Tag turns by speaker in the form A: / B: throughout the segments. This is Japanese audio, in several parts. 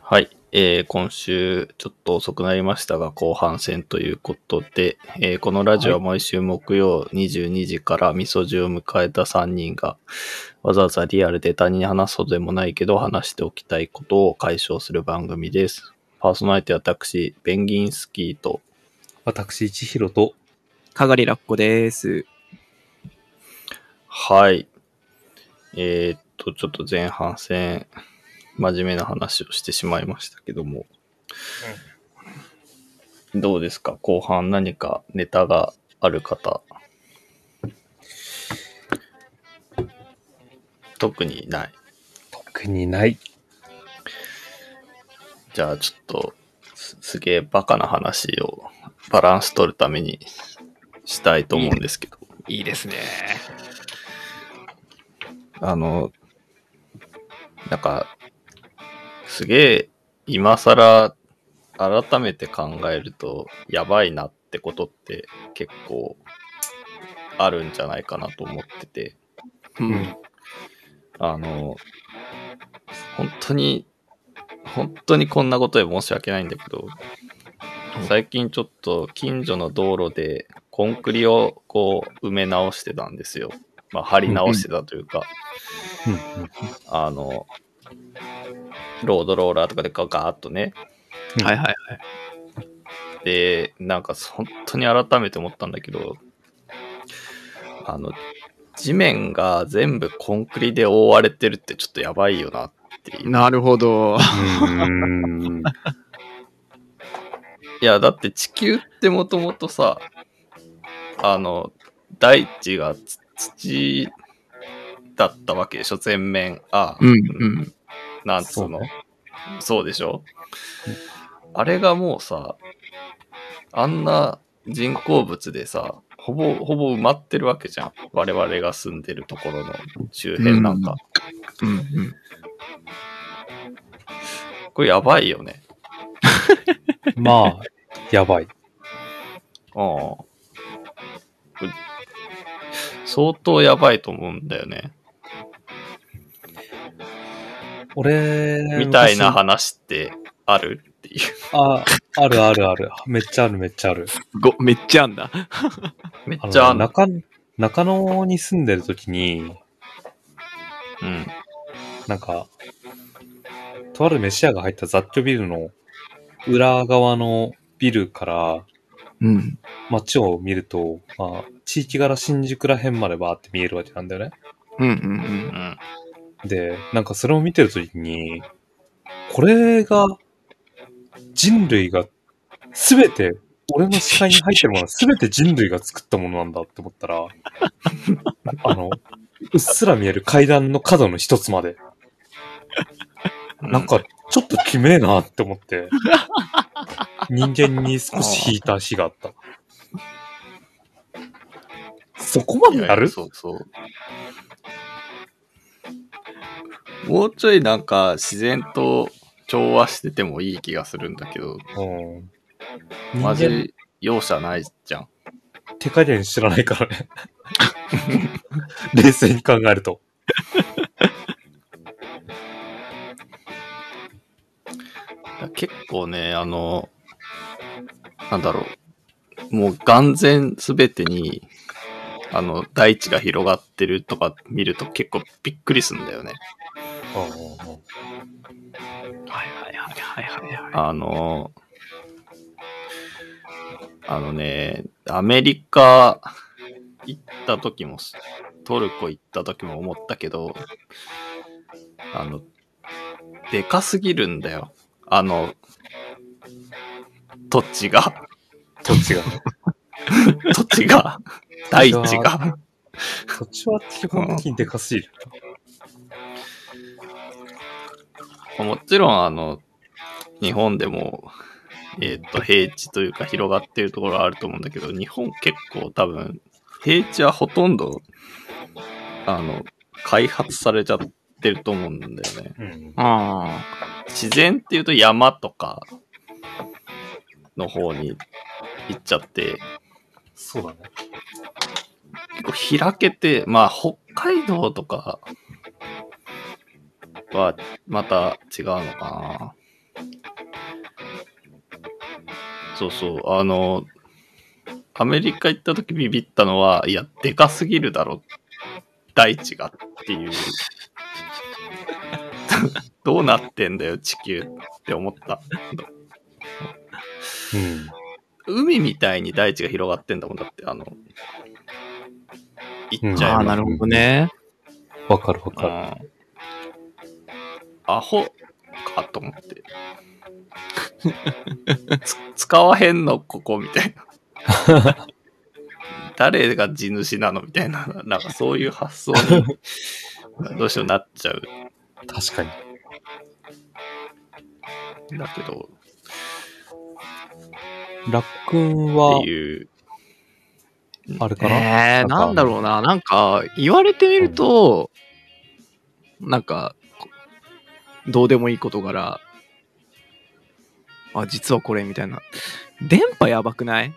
A: はい。えー今週、ちょっと遅くなりましたが、後半戦ということで、えーこのラジオは毎週木曜22時から、みそじを迎えた3人が、わざわざリアルで他人に話すほどでもないけど、話しておきたいことを解消する番組です。パーソナリティは私、ペンギンスキーと、
B: 私、千尋と、
C: かがりらっこです。
A: はい。えーっと、ちょっと前半戦、真面目な話をしてしまいましたけども。どうですか後半何かネタがある方。特にない。
B: 特にない。
A: じゃあちょっと、すすげえバカな話をバランス取るためにしたいと思うんですけど。
C: いいですね。
A: あの、なんか、すげえ、今更、改めて考えると、やばいなってことって結構あるんじゃないかなと思ってて、
C: うん。
A: あの、本当に、本当にこんなことで申し訳ないんだけど、最近ちょっと近所の道路でコンクリをこう埋め直してたんですよ。まあ、張り直してたというか、あの、ロードローラーとかでガガーッとね。
B: うん
C: はいはい。
A: で、なんか本当に改めて思ったんだけど、あの、地面が全部コンクリで覆われてるってちょっとやばいよなっていう。
C: なるほど。
B: うん。
A: いや、だって地球ってもともとさ、あの、大地がつ土だったわけでしょ、全面。ああ、
C: うんうん。
A: なんつうの
B: そう
A: そうでしょあれがもうさ、あんな人工物でさ、ほぼ、ほぼ埋まってるわけじゃん。我々が住んでるところの周辺なんか。
C: うんうん。
A: これやばいよね。
B: まあ、やばい。
A: うん。これ相当やばいと思うんだよね。
B: 俺、
A: みたいな
B: 昔
A: 話ってあるっていう。
B: あ、あるあるある。めっちゃあるめっちゃある。
C: ご、めっちゃあんだ。
A: めっ
B: あの
A: ちゃあんの
B: 中、中野に住んでるときに、
A: うん。
B: なんか、とある飯屋が入った雑居ビルの裏側のビルから
C: うん。
B: 街を見ると、まあ、地域柄新宿ら辺までバーって見えるわけなんだよね。
C: うんう
A: うんん。
B: で、なんかそれを見てるときに、これが、人類が、すべて、俺の視界に入って るものはすべて人類が作ったものなんだって思ったら、あの、うっすら見える階段の角の一つまで、なんか、ちょっときめえなって思って、人間に少し引いた日があった。そこま
A: い
B: で
A: やい
B: や
A: や
B: る
A: そうそう。もうちょいなんか自然と調和しててもいい気がするんだけど、
B: うん。
A: マ
B: 人間
A: ジ容赦ないじゃん。
B: 手加減知らないからね。 冷静に考えると。
A: だから結構ね、あの、なんだろう。もう眼前すべてに、あの、大地が広がってるとか見ると結構びっくりすんだよね。
C: うん。はいはいはいはいはい。
A: あの、あのね、アメリカ行った時も、トルコ行った時も思ったけど、あの、でかすぎるんだよ。あの、土地が、
B: 土地が。
A: 土地が、大地が。
B: 土地は基本的にでかすぎる。
A: もちろん、あの、日本でも、えっ、と、平地というか広がってるところはあると思うんだけど、日本結構多分、平地はほとんど、あの、開発されちゃってると思うんだよね。
B: うん。
C: あ
A: 自然っていうと山とかの方に行っちゃって、
B: そうだね。
A: 結構開けて、まあ、北海道とかはまた違うのかな。そうそう、あの、アメリカ行った時ビビったのは、いや、でかすぎるだろ、大地がっていう。 どうなってんだよ、地球って思った。
B: うん。
A: 海みたいに大地が広がってんだもんだって、あの、行っちゃえ
C: あ
A: ば
C: あ、なるほどね。
B: わかるわか
A: うんアホかと思って。つ使わへんの、ここ、みたいな。誰が地主なのみたいな、なんかそういう発想に、どうしてもなっちゃう。
B: る。確かに。
A: んだけど、
B: ラックンは
A: って、いう。
B: あれかな、
C: え
B: な
C: ー、
B: んか
C: なんだろうな。なんか、言われてみると、なんか、どうでもいい事柄、あ、実はこれみたいな。電波やばくない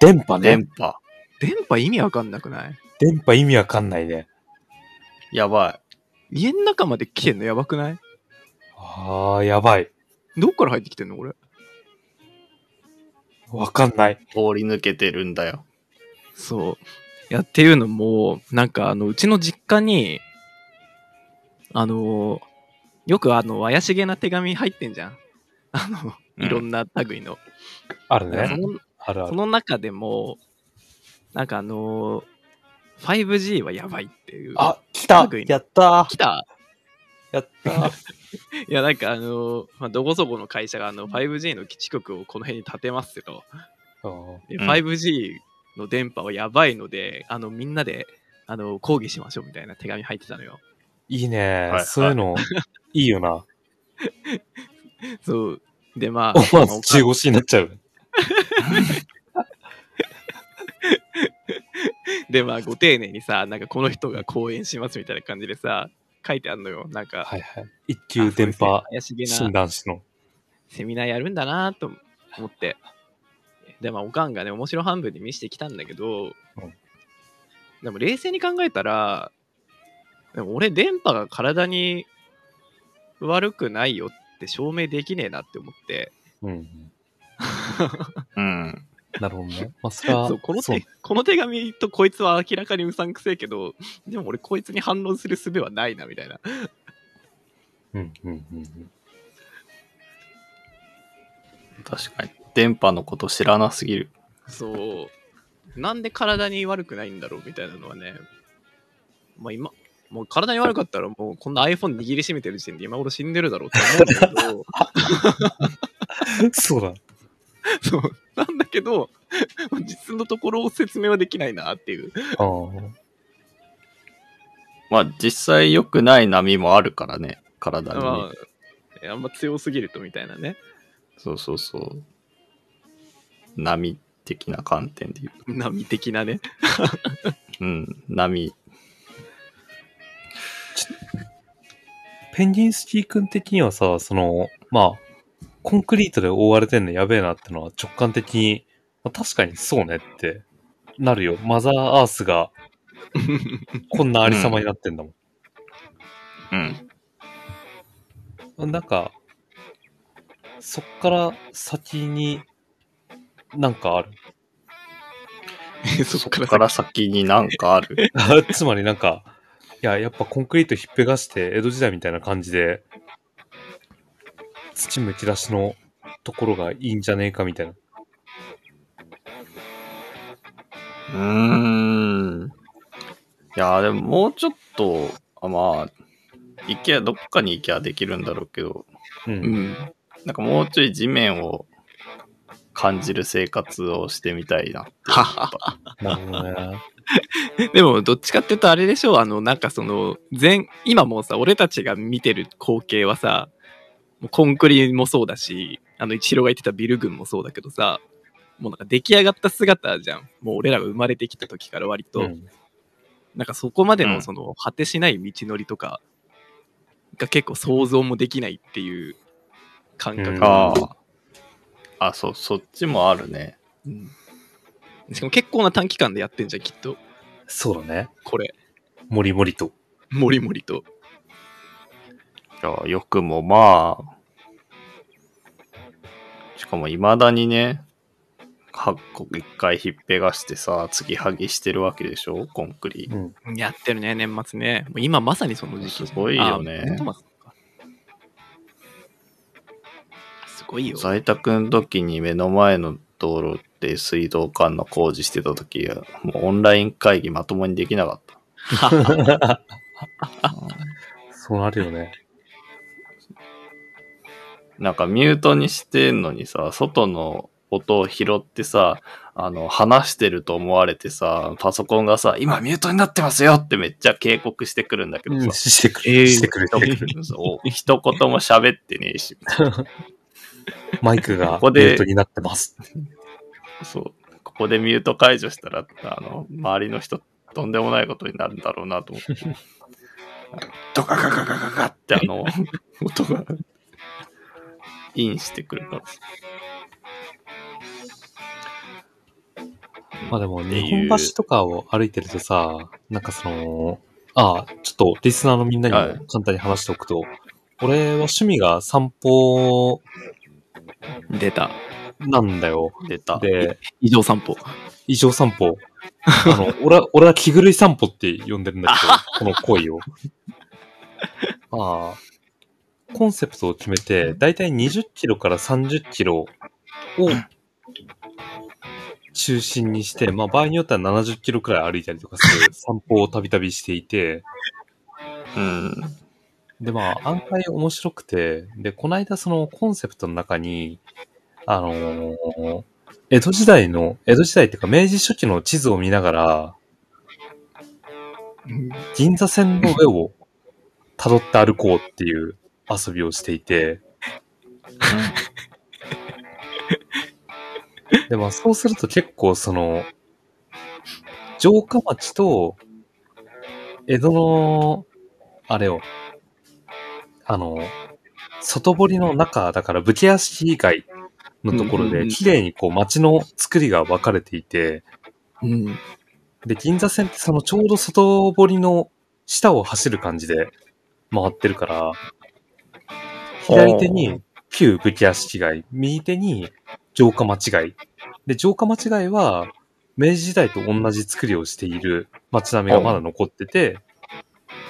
B: 電波ね。
A: 電波。
C: 電波意味わかんなくない
B: 電波意味わかんないね。
A: やば
C: 家の中まで来てんのやばくない
B: ああ、やばい。
C: どっから入ってきてんのこれ。
B: わかんない
A: い。。通り抜けてるんだよ。
C: そう。いや、っていうのも、なんか、あの、うちの実家に、あの、よくあの、怪しげな手紙入ってんじゃん。 あの、
A: うん
C: い ろんな類の。
B: ある
C: そ
B: ね。
C: の
B: あるあ
C: そ
B: る。
C: の中でも、なんかあの、5G はやばいっていう。
B: あ、来た
C: 類の
B: やった
C: 来た
B: やった
C: いや、なんかあの、まあ、どこそこの会社があの、5G の基地局をこの辺に建てますけど、
B: うん
C: で
A: うん
C: 5G の電波はやばいので、あの、みんなで、あの、抗議しましょうみたいな手紙入ってたのよ。
B: いいね
A: は。い
B: そういうの、いいよな。
C: そう。で、まあ、
B: 思わ
C: まあ
B: ず中腰になっちゃう。
C: で、まあ、ご丁寧にさ、なんかこの人が講演しますみたいな感じでさ、書いてあんのよ。なんか、
B: はいはい。一級電波
C: あそうですね怪しげ
B: 診
C: な
B: 断士の。
C: セミナーやるんだなと思って。で、まあ、おかんがね、面白半分で見せてきたんだけど、
B: うん
C: でも冷静に考えたら、でも俺、電波が体に悪くないよって証明できねえなって思って、
B: うん。
A: うん。
B: なるほどね。まあ、それは、
C: そうこの
B: そう
C: 手この手紙とこいつは明らかにうさんくせえけど、でも俺、こいつに反論する術はないなみたいな。
B: うんうんうんうん。
A: 確かに。電波のこと知らなすぎる。
C: そう。なんで体に悪くないんだろうみたいなのはね。まあ今、もう体に悪かったらもうこんな iPhone 握りしめてる時点で今頃死んでるだろうって思うんだけど、
B: そうだ。
C: そう。なんだけど、まあ実のところを説明はできないなっていう。
B: あー
A: まあ実際良くない波もあるからね。体にね、
C: まあ、あんま強すぎるとみたいなね。
A: そうそうそう。波的な観点で言う
C: 波的なね。
A: と。うん、波。
B: ペンギンスキー君的にはさ、その、まあ、コンクリートで覆われてんのやべえなってのは直感的に、まあ、確かにそうねってなるよ。マザーアース がこんなありさまになってんだもん。
A: うん。
B: なんか、そっから先になんかある。
C: そ
A: そこ
C: こから
A: から先になんかある。
B: つまりなんか、いや、やっぱコンクリートひっぺがして江戸時代みたいな感じで、土むき出しのところがいいんじゃねえかみたいな。
A: うーん。いやー、でももうちょっと、あまあ、行け、どっかに行きゃできるんだろうけど、
B: う。
C: うんん。
A: なんかもうちょい地面を感じる生活をしてみたいな。
C: はは
B: なるほど ね。
C: でも、どっちかっていうと、あれでしょあの、なんかその、全、今もうさ、俺たちが見てる光景はさ、もうコンクリもそうだし、あの、一郎が言ってたビル群もそうだけどさ、もうなんか出来上がった姿じゃん。もう俺らが生まれてきた時から割と、
B: うん
C: なんかそこまで
A: う
C: の
A: ん
C: その、果てしない道のりとか、が結構想像もできないっていう感覚
A: あ
C: が、
A: あ。あ、そう、そっちもあるね。
C: うんしかも結構な短期間でやってんじゃん、きっと。
B: そうだね。
C: これ、
B: もりもりと。
C: もりもりと。
A: いや、よくもまあ、かも未だにね、発国一回ひっぺがしてさ、継ぎはぎしてるわけでしょコンクリ。
B: うん。
C: やってるね、年末ね。もう今まさにその時期。
A: すごいよね
C: あ本当まさかすごいよ。
A: 在宅の時に目の前の道路って水道管の工事してた時は、もうオンライン会議まともにできなかった。
B: そうなるよね。
A: なんかミュートにしてんのにさ、外の音を拾ってさ、あの、話してると思われてさ、パソコンがさ、今ミュートになってますよってめっちゃ警告してくるんだけどさ、
B: してく
C: えー
B: れ、して くれてる。
A: そう一言も喋ってねえし、
B: マイクが
A: ここで
B: ミュートになってます。
A: そう、ここでミュート解除したら、あの、周りの人、とんでもないことになるんだろうなと思って。ドカカカカカカってあ の、音が、インしてくるから。
B: まあでも、
A: ていう
B: 日本橋とかを歩いてるとさ、なんかその、ああ、ちょっとリスナーのみんなに
A: はい
B: も簡単に話しておくと、俺は趣味が散歩
C: 出た。
B: なんだよ。
A: 出た。
B: で、
C: 異常散歩。
B: 異常散歩。あの、 俺は、俺は気狂い散歩って呼んでるんだけど、この行為を。まあ、コンセプトを決めて、だいたい20キロから30キロを中心にして、まあ場合によっては70キロくらい歩いたりとかする散歩をたびたびしていて、
A: うん。
B: で、まあ、案外面白くて、で、この間そのコンセプトの中に、あのー江戸時代の、江戸時代っていうか明治初期の地図を見ながら、銀座線の上を辿って歩こうっていう遊びをしていて、で、まあ、そうすると結構その、城下町と、江戸の、あれを、あの、外堀の中、だから武家屋敷以外のところ
C: うんうんう
B: で、
C: ん
B: 綺麗にこう街の作りが分かれていて、
C: うん。
B: で、銀座線ってそのちょうど外堀の下を走る感じで回ってるから、左手に旧武家屋敷街、右手に城下町街。で、城下町街は明治時代と同じ作りをしている街並みがまだ残ってて、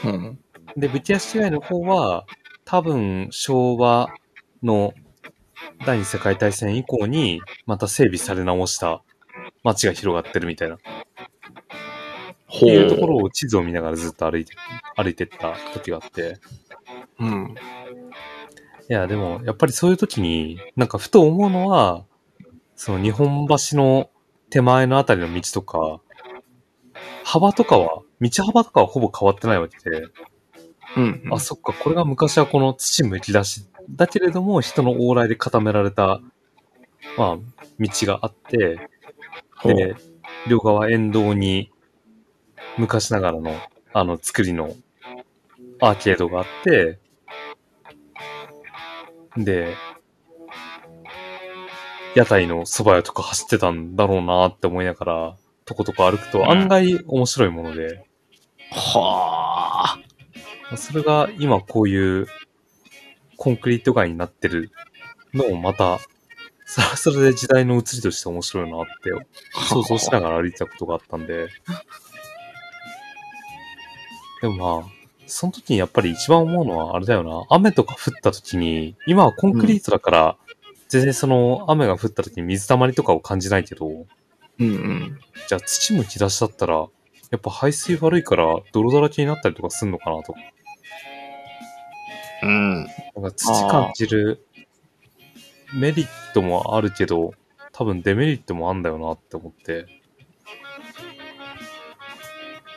C: うん。
B: で、武家屋敷街の方は多分昭和の第二次世界大戦以降にまた整備され直した街が広がってるみたいな。っ
A: ほ
B: ていうところを地図を見ながらずっと歩いて、歩いてった時があって。
C: うん。
B: いや、でも、やっぱりそういう時に、なんかふと思うのは、その日本橋の手前のあたりの道とか、幅とかは、道幅とかはほぼ変わってないわけで、
C: うん。
B: あ、そっか、これが昔はこの土むき出し、だけれども人の往来で固められた、まあ、道があって、
A: ほう
B: で、両側沿道に昔ながらの、あの、作りのアーケードがあって、で、屋台の蕎麦屋とか走ってたんだろうなって思いながら、とことこ歩く
A: うん
B: と案外面白いもので、
C: はあ。
B: まあそれが今こういうコンクリート街になってるのをまた、それはそれで時代の移りとして面白いなって想像しながら歩いてたことがあったんで。でもまあ、その時にやっぱり一番思うのはあれだよな。雨とか降った時に、今はコンクリートだから、全然その雨が降った時に水たまりとかを感じないけど、
C: うんうん。
B: じゃあ土むき出しだったら、やっぱ排水悪いから泥だらけになったりとかすんのかなとか。
A: うん。
B: なんか土感じるメリットもあるけど、多分デメリットもあんだよなって思って。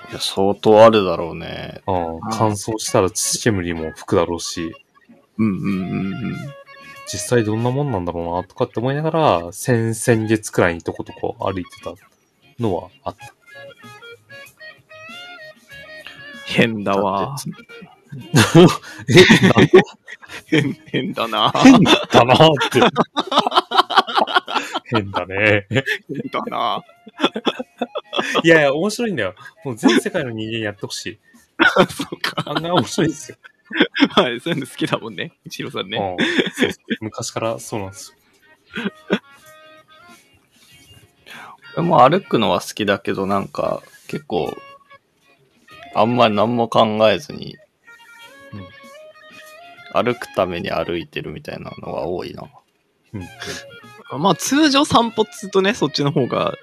A: いや、相当あるだろうね。
B: うん、乾燥したら土煙も吹くだろうし、
C: うんうんうんうん。
B: 実際どんなもんなんだろうなとかって思いながら、先々月くらいにとことこ歩いてたのはあった。
C: 変だわ。
B: え、なんか
C: 変、 変だな。
B: 変だな って。変だね。
C: 変だな。
B: いやいや、面白いんだよ。もう全世界の人間やってほしい。
C: そうか。
B: 案外面白いですよ。
C: はい、そういうの好きだもんね。一郎さんね。
B: うんそうそう昔からそうなんですよ。
A: 俺も歩くのは好きだけど、なんか、結構、あんまり何も考えずに、歩くために歩いてるみたいなのが多いな。
C: まあ通常散歩っつうとね、そっちの方が、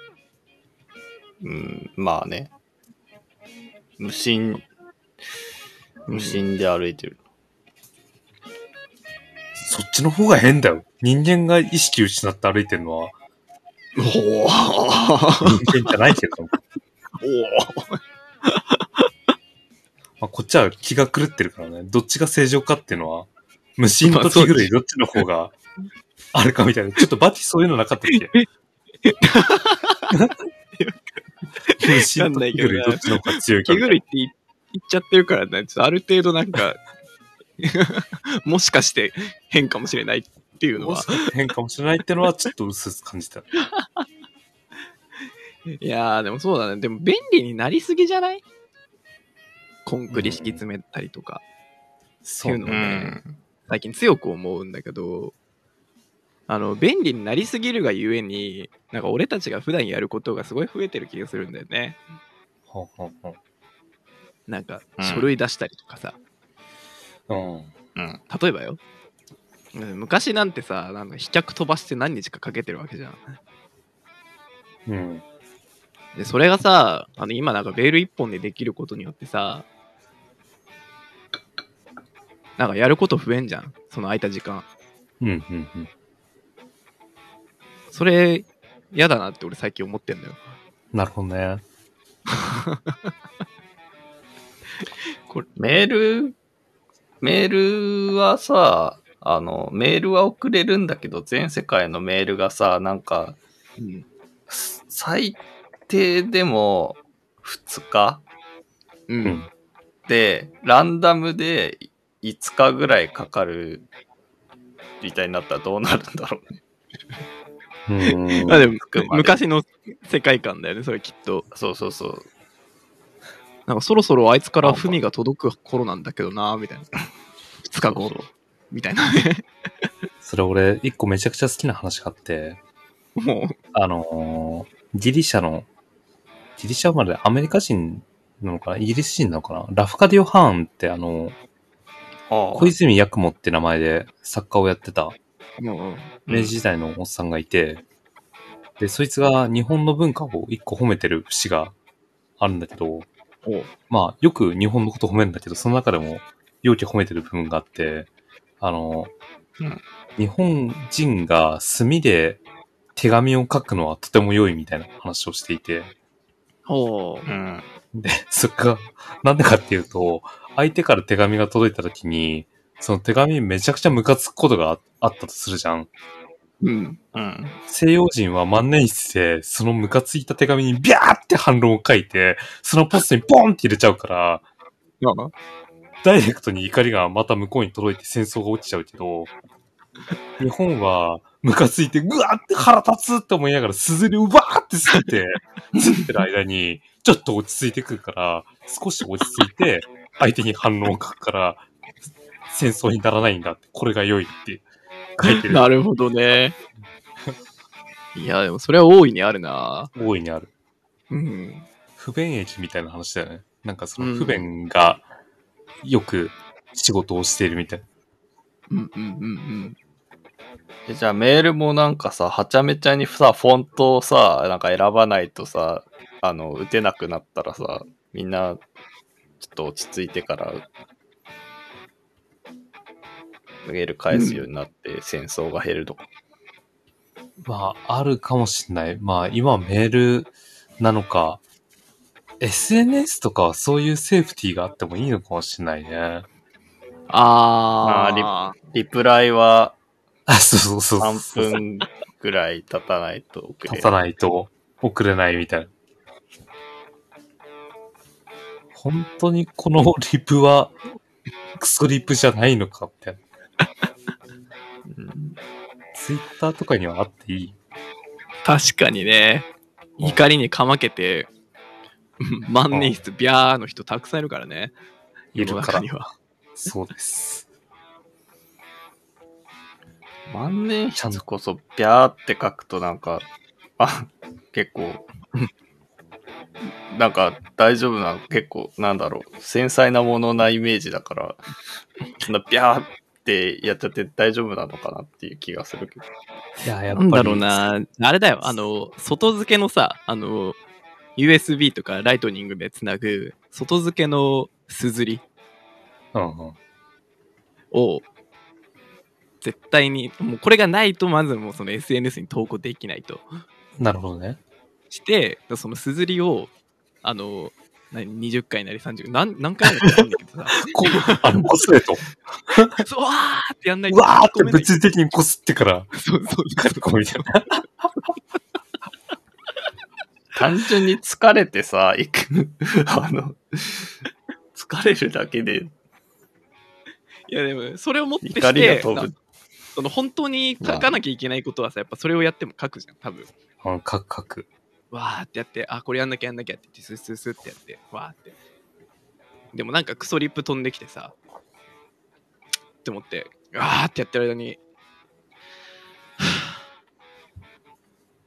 A: うん、まあね。無心、無心で歩いてる。
B: そっちの方が変だよ。人間が意識失って歩いてるのは、
C: おお
B: 人間じゃないけど、まあ、こっちは気が狂ってるからね。どっちが正常かっていうのは、無心と気狂いどっちの方 があるかみたいな。ちょっとバティそういうのなかったっけ 無心と気狂いどっちの方が強いか
C: 気
B: みた
C: 狂
B: い
C: い
B: な
C: って言っちゃってるからね、ちょっとある程度なん か、もしかして変かもしれないっていうのは、
B: 変かもしれないってのはちょっと薄々感じた。
C: いやー、でもそうだね。でも便利になりすぎじゃないコンクリ引き詰めたりとか、
B: そうう
C: ね
B: ね。
A: うん。
C: 最近強く思うんだけど、あの、便利になりすぎるがゆえに、なんか俺たちが普段やることがすごい増えてる気がするんだよね。
B: ほうほうほ
C: なんか、
A: うん
C: 書類出したりとかさ、
B: ううん。
A: うん。
C: 例えばよ。うん昔なんてさ、なんか飛脚飛ばして何日かかけてるわけじゃん。
B: うん。
C: で、それがさ、あの、今なんかベール一本でできることによってさ、なんかやること増えんじゃん。その空いた時間。
B: うん。うん。うん
C: それ、嫌だなって俺最近思ってんだよ。
B: なるほどね。
A: メール、メールはさ、あの、メールは送れるんだけど、全世界のメールがさ、なんか、
C: うん。
A: 最低でも2日
C: うん。
A: で、ランダムで5日ぐらいかかるみたいになったらどうなるんだろう ね。
B: うん
C: まあでも
A: く、まで
C: 昔の世界観だよね、それきっと。
A: そうそうそう。
C: なんかそろそろあいつから文が届く頃なんだけどな、みたいな。2日後
A: そうそう
C: みたいな ね。
B: それ俺、一個めちゃくちゃ好きな話があって、
C: も
B: あのーギリシャの、ギリシャ生まれでアメリカ人なのかなイギリス人なのかなラフカディオ・ハーンってあの、
A: ああ
B: 小泉八雲って名前で作家をやってた
C: う、も
B: 明治時代のおっさんがいて、で、そいつが日本の文化を一個褒めてる節があるんだけど、
C: う、もう、
B: まあ、よく日本のこと褒めるんだけど、その中でも、容器褒めてる部分があって、あの、
A: うん
B: 日本人が墨で手紙を書くのはとても良いみたいな話をしていて、
C: ほう
A: う。ん。
B: で、そっか、なんでかっていうと、相手から手紙が届いた時に、その手紙めちゃくちゃムカつくことがああったとするじゃん。
C: うん。
A: うん。
B: 西洋人は万年筆で、そのムカついた手紙にビャーって反論を書いて、そのポストにポンって入れちゃうから、
C: まあ
B: ダイレクトに怒りがまた向こうに届いて戦争が落ちちゃうけど、日本はムカついて、うわーって腹立つって思いながら、硯をうわーって吸って、吸ってる間に、ちょっと落ち着いてくるから、少し落ち着いて、相手に反応を書くから、戦争にならないんだって、これが良いって書いてる。
C: なるほどね。いや、でもそれは大いにあるな。
B: 大いにある。
C: うん。
B: 不便益みたいな話だよね。なんかその不便がよく仕事をしているみたいな。
C: うんうんうんうん。
A: えじゃあメールもなんかさ、はちゃめちゃにさ、フォントをさ、なんか選ばないとさ、あの、打てなくなったらさ、みんな、ちょっと落ち着いてから、メール返すようになって戦争が減るとか。
B: まあ、あるかもしれない。まあ、今はメールなのか、SNS とかはそういうセーフティーがあってもいいのかもしれないね。
C: あー。
A: あリプライは
B: あ、そうそうそうそ
A: 3
B: う。
A: 分ぐらい経たないと遅れる
B: 立たないと送れないみたいな。本当にこのリプはクソリプじゃないのかって。
A: うん
B: ツイッターとかにはあっていい。
C: 確かにね怒りにかまけてうん万年筆ビャーの人たくさんいるからね
B: い
C: 世
B: る
C: の
B: か
C: 中
B: ら
C: に。は
B: そうです。
A: 万年
B: ちゃん
A: 筆こそ、ビャーって書くとなんか、あ、結構
C: うん、
A: なんか大丈夫な、結構、なんだろう、繊細なものなイメージだから、そんなビャーってやっちゃって大丈夫なのかなっていう気がするけど。
B: いや、やっ
C: なんだろう。な、あれだよ、あの、外付けのさ、あの、USB とかライトニングでつなぐ、外付けのすずり
B: うんうん。
C: を、絶対に、もうこれがないと、まずもうその SNS に投稿できないと。
B: なるほどね。
C: して、そのすずりを、あの、何20回なり30回、何何回もやったんだけど さ、
B: こあの、こすれと。
C: そうわーってやんないと
B: うわーって
C: 突っ込めない
B: 物理的にこすってから、
C: そうそう
B: 書くみたいな。
A: 単純に疲れてさ、行く、あの、疲れるだけで
C: いやでも、それを持って
A: 怒
C: し
A: りが
C: て、
A: 飛
C: な
A: ぶ。
C: その本当に書かなきゃいけないことはさ、やっぱそれをやっても書くじゃん、多分。
B: うん、書く書く。
C: わーってやって、あ、これやんなきゃやんなきゃって言って、スースースーってやって、わーって。でもなんかクソリップ飛んできてさ、って思って、わーってやってる間に、 は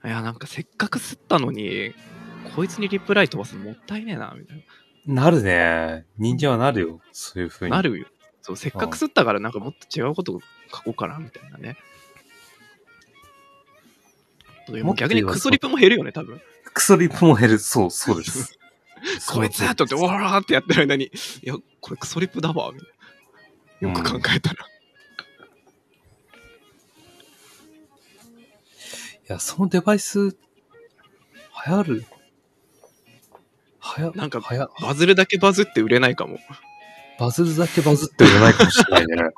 C: ぁいや、なんかせっかく吸ったのに、こいつにリプライ飛ばすのもったいねえな、みたい
B: なるね。人間はなるよ。そういう風
C: な。
B: に。
C: な。るよ。そう、せっかく吸ったからなんかもっと違うこと書こうかな、みたいなね。もう逆にクソリップも減るよね、多分。
B: クソリップも減る。そう、そうです。
C: こいつだとって、お
B: そう
C: らーってやってる間に、いや、これクソリップだわ、みたいな。よく考えたら。
B: いや、そのデバイス、流行る。流行、
C: なんか
B: 流行、
C: バズるだけバズって売れないかも。
B: バズるだけバズって売れないかもしれない ね。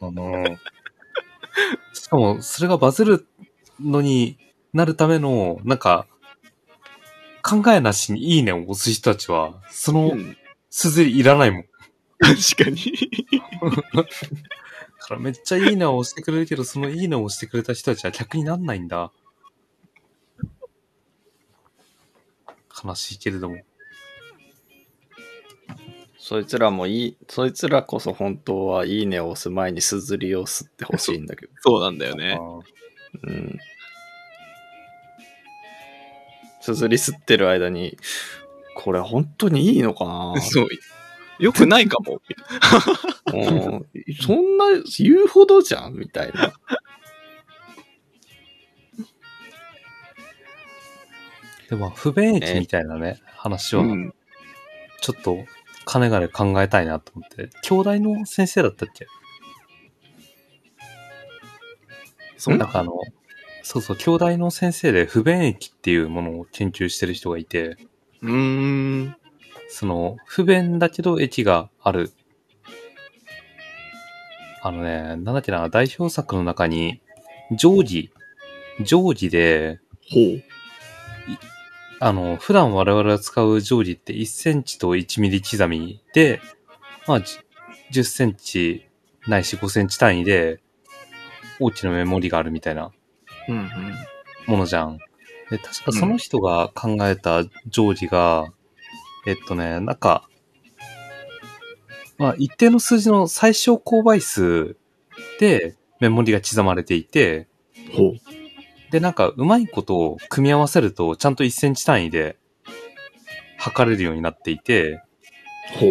B: あの、しかも、それがバズるのになるための、なんか、考えなしにいいねを押す人たちは、その
C: うん
B: 鈴いらないもん。だ
C: 確かに。
B: からめっちゃいいねを押してくれるけど、そのいいねを押してくれた人たちは逆になんないんだ。悲しいけれども。
A: そいつらもいい、そいつらこそ本当はいいねを押す前にすずりを吸ってほしいんだ けど。
C: そうなんだよね。
A: うん。すずり吸ってる間に、これ本当にいいのか な
C: そう。よくないかも。
A: うんそんな言うほどじゃんみたいな。
B: でも、不便益みたいなね、話は、
C: うん
B: ちょっと、かねがね考えたいなと思って。兄弟の先生だったっけ
C: そん
B: なん
C: な。
B: かあの、そうそう、兄弟の先生で不便益っていうものを研究してる人がいて、
C: うーん。
B: その、不便だけど益がある。あのね、なんだっけな、代表作の中に、定規、定規で、
C: ほう。
B: あの、普段我々が使う定規って1センチと1ミリ刻みで、まあ、じ10センチないし5センチ単位で大きなメモリがあるみたいな
C: うんうん。
B: ものじゃん。で、確かその人が考えた定規が、えっとね、なんか、まあ、一定の数字の最小公倍数でメモリが刻まれていて、
C: ほう。
B: で、なんか、うまいことを組み合わせると、ちゃんと1センチ単位で測れるようになっていて、
C: ほう。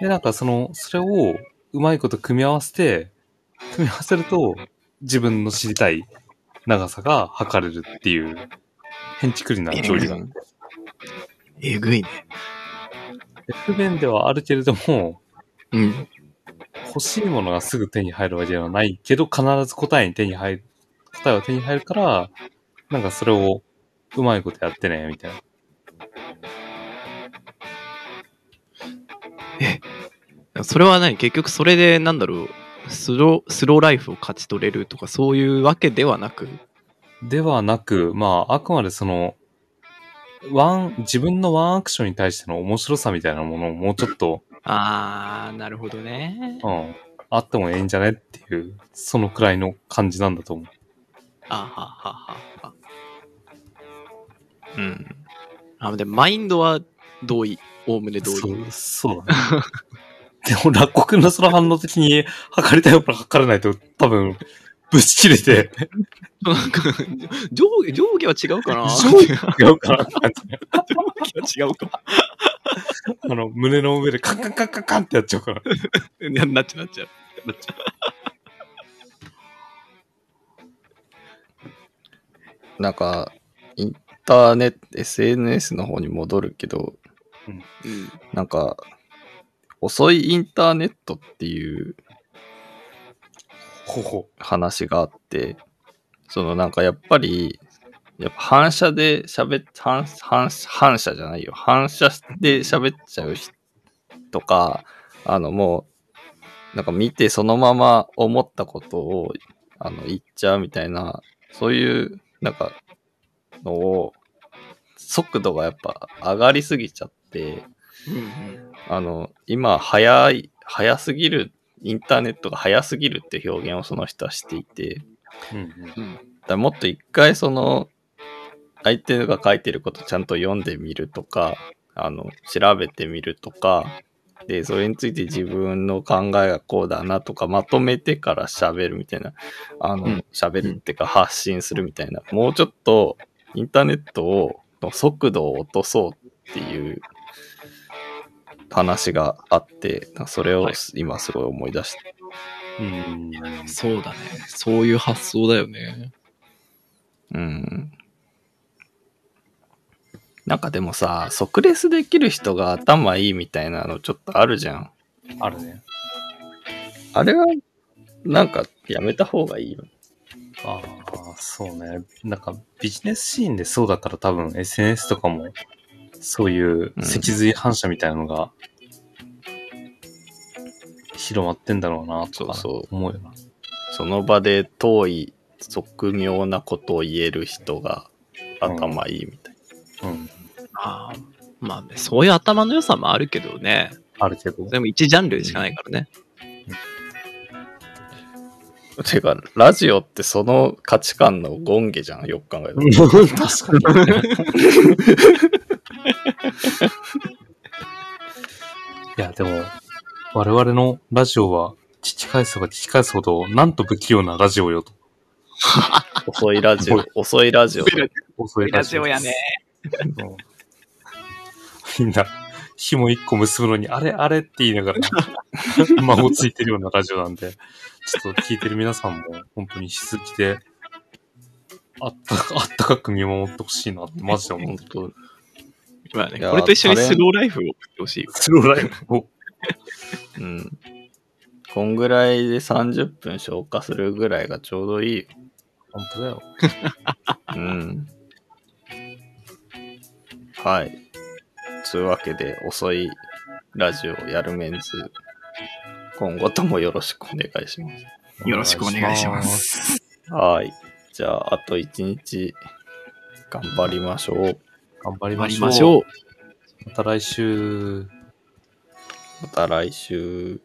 B: で、なんか、その、それをうまいこと組み合わせて、組み合わせると、自分の知りたい長さが測れるっていう、変ンチクリな調理が。
C: えぐいね。
B: で不便ではあるけれども、
C: うん。
B: 欲しいものがすぐ手に入るわけではないけど、必ず答えに手に入る、答えは手に入るから、なんかそれをうまいことやってね、みたいな。
C: それは何結局それで、なんだろう。スロー、スローライフを勝ち取れるとか、そういうわけではなく。
B: ではなく、まあ、あくまでその、ワン、自分のワンアクションに対しての面白さみたいなものをもうちょっと、
C: あー、なるほどね。
B: うん、あってもええんじゃねっていう、そのくらいの感じなんだと思う。
C: あはははは。
A: うん。
C: あでもマインドは同意。おおむね同
B: そ
C: 意。
B: う、そうだね。 でも、ラッコくんのその反応的に、測りたいもの測れないと、多分、ぶっちれて、
C: なんか、 上下、上下は違う かな
B: 上違うかなって感じ
C: 下は違うか。
B: あの、胸の上でカンカンカンカンカンってやっちゃうから。
C: ななっちゃうなっちゃう。
A: なんか、インターネット、SNS の方に戻るけど、
C: うん。
A: なんか、遅いインターネットっていう
B: ほうほ
A: 話があって、そのなんかやっぱり、やっぱ反射で喋っ、反、反、反射じゃないよ。反射で喋っちゃう人とか、あのもう、なんか見てそのまま思ったことを、あの、言っちゃうみたいな、そういう、なんか、のを、速度がやっぱ上がりすぎちゃって、
C: うん
A: あの、今、早い、早すぎる、インターネットが早すぎるって表現をその人はしていて、
B: う。うんうん。
C: うん。
A: だからもっと一回その相手が書いてることちゃんと読んでみるとかあの調べてみるとかでそれについて自分の考えがこうだなとかまとめてから喋るみたいなあ
B: う
A: の
B: ん
A: 喋、るっていうか発信するみたいなもうちょっとインターネットをの速度を落とそうっていう話があってなんかそれを
C: はい
A: 今すごい思い出して、
B: うん。
C: そうだね。そういう発想だよね。
A: うん。なんかでもさ、即レスできる人が頭いいみたいなのちょっとあるじゃん。
B: あるね。
A: あれは、なんかやめた方がいいよ。
B: ああ、そうね。なんか、ビジネスシーンでそうだから多分 SNS とかも、そういう脊髄反射みたいなのが、広まってんだろうな、とか
A: そうそ
B: 思うよな。
A: その場で遠い、即妙なことを言える人が頭いいみたい
B: うん。
C: ああ。まあね、そういう頭の良さもあるけどね。
B: ある程度。
C: でも一ジャンルしかないからね。
A: な。てか、ラジオってその価値観の権下じゃん、よく考えたら。
B: 確かに。 いや、でも、我々のラジオは、聞き返せば聞き返すほど、なんと不器用なラジオよと。
A: 遅いラジオ、 遅いラジオ。
B: 遅いです。。うんみんな、紐一個結ぶのに、あれあれって言いな がら、孫ついてるようなラジオなんで、ちょっと聞いてる皆さんも、本当に静きで、あったか、あったかく見守ってほしいなって、マジで思う
A: 本。当
C: まあね、
A: いやー
C: これと一緒にスローライフを送ってほしいよ。
B: スローライブを。
A: うん。こんぐらいで30分消化するぐらいがちょうどいいよ。
B: 本当だよ。
A: うん。はい。つうわけで、遅いラジオやるメンズ、今後ともよろしくお願いします。
C: よろしくお願いします。
A: はい。じゃあ、あと一日、頑張りましょう。
B: 頑張り
C: 参
B: ま
C: り
B: し
C: まし
B: ょう。
C: ょう。
B: また来週。
A: また来週。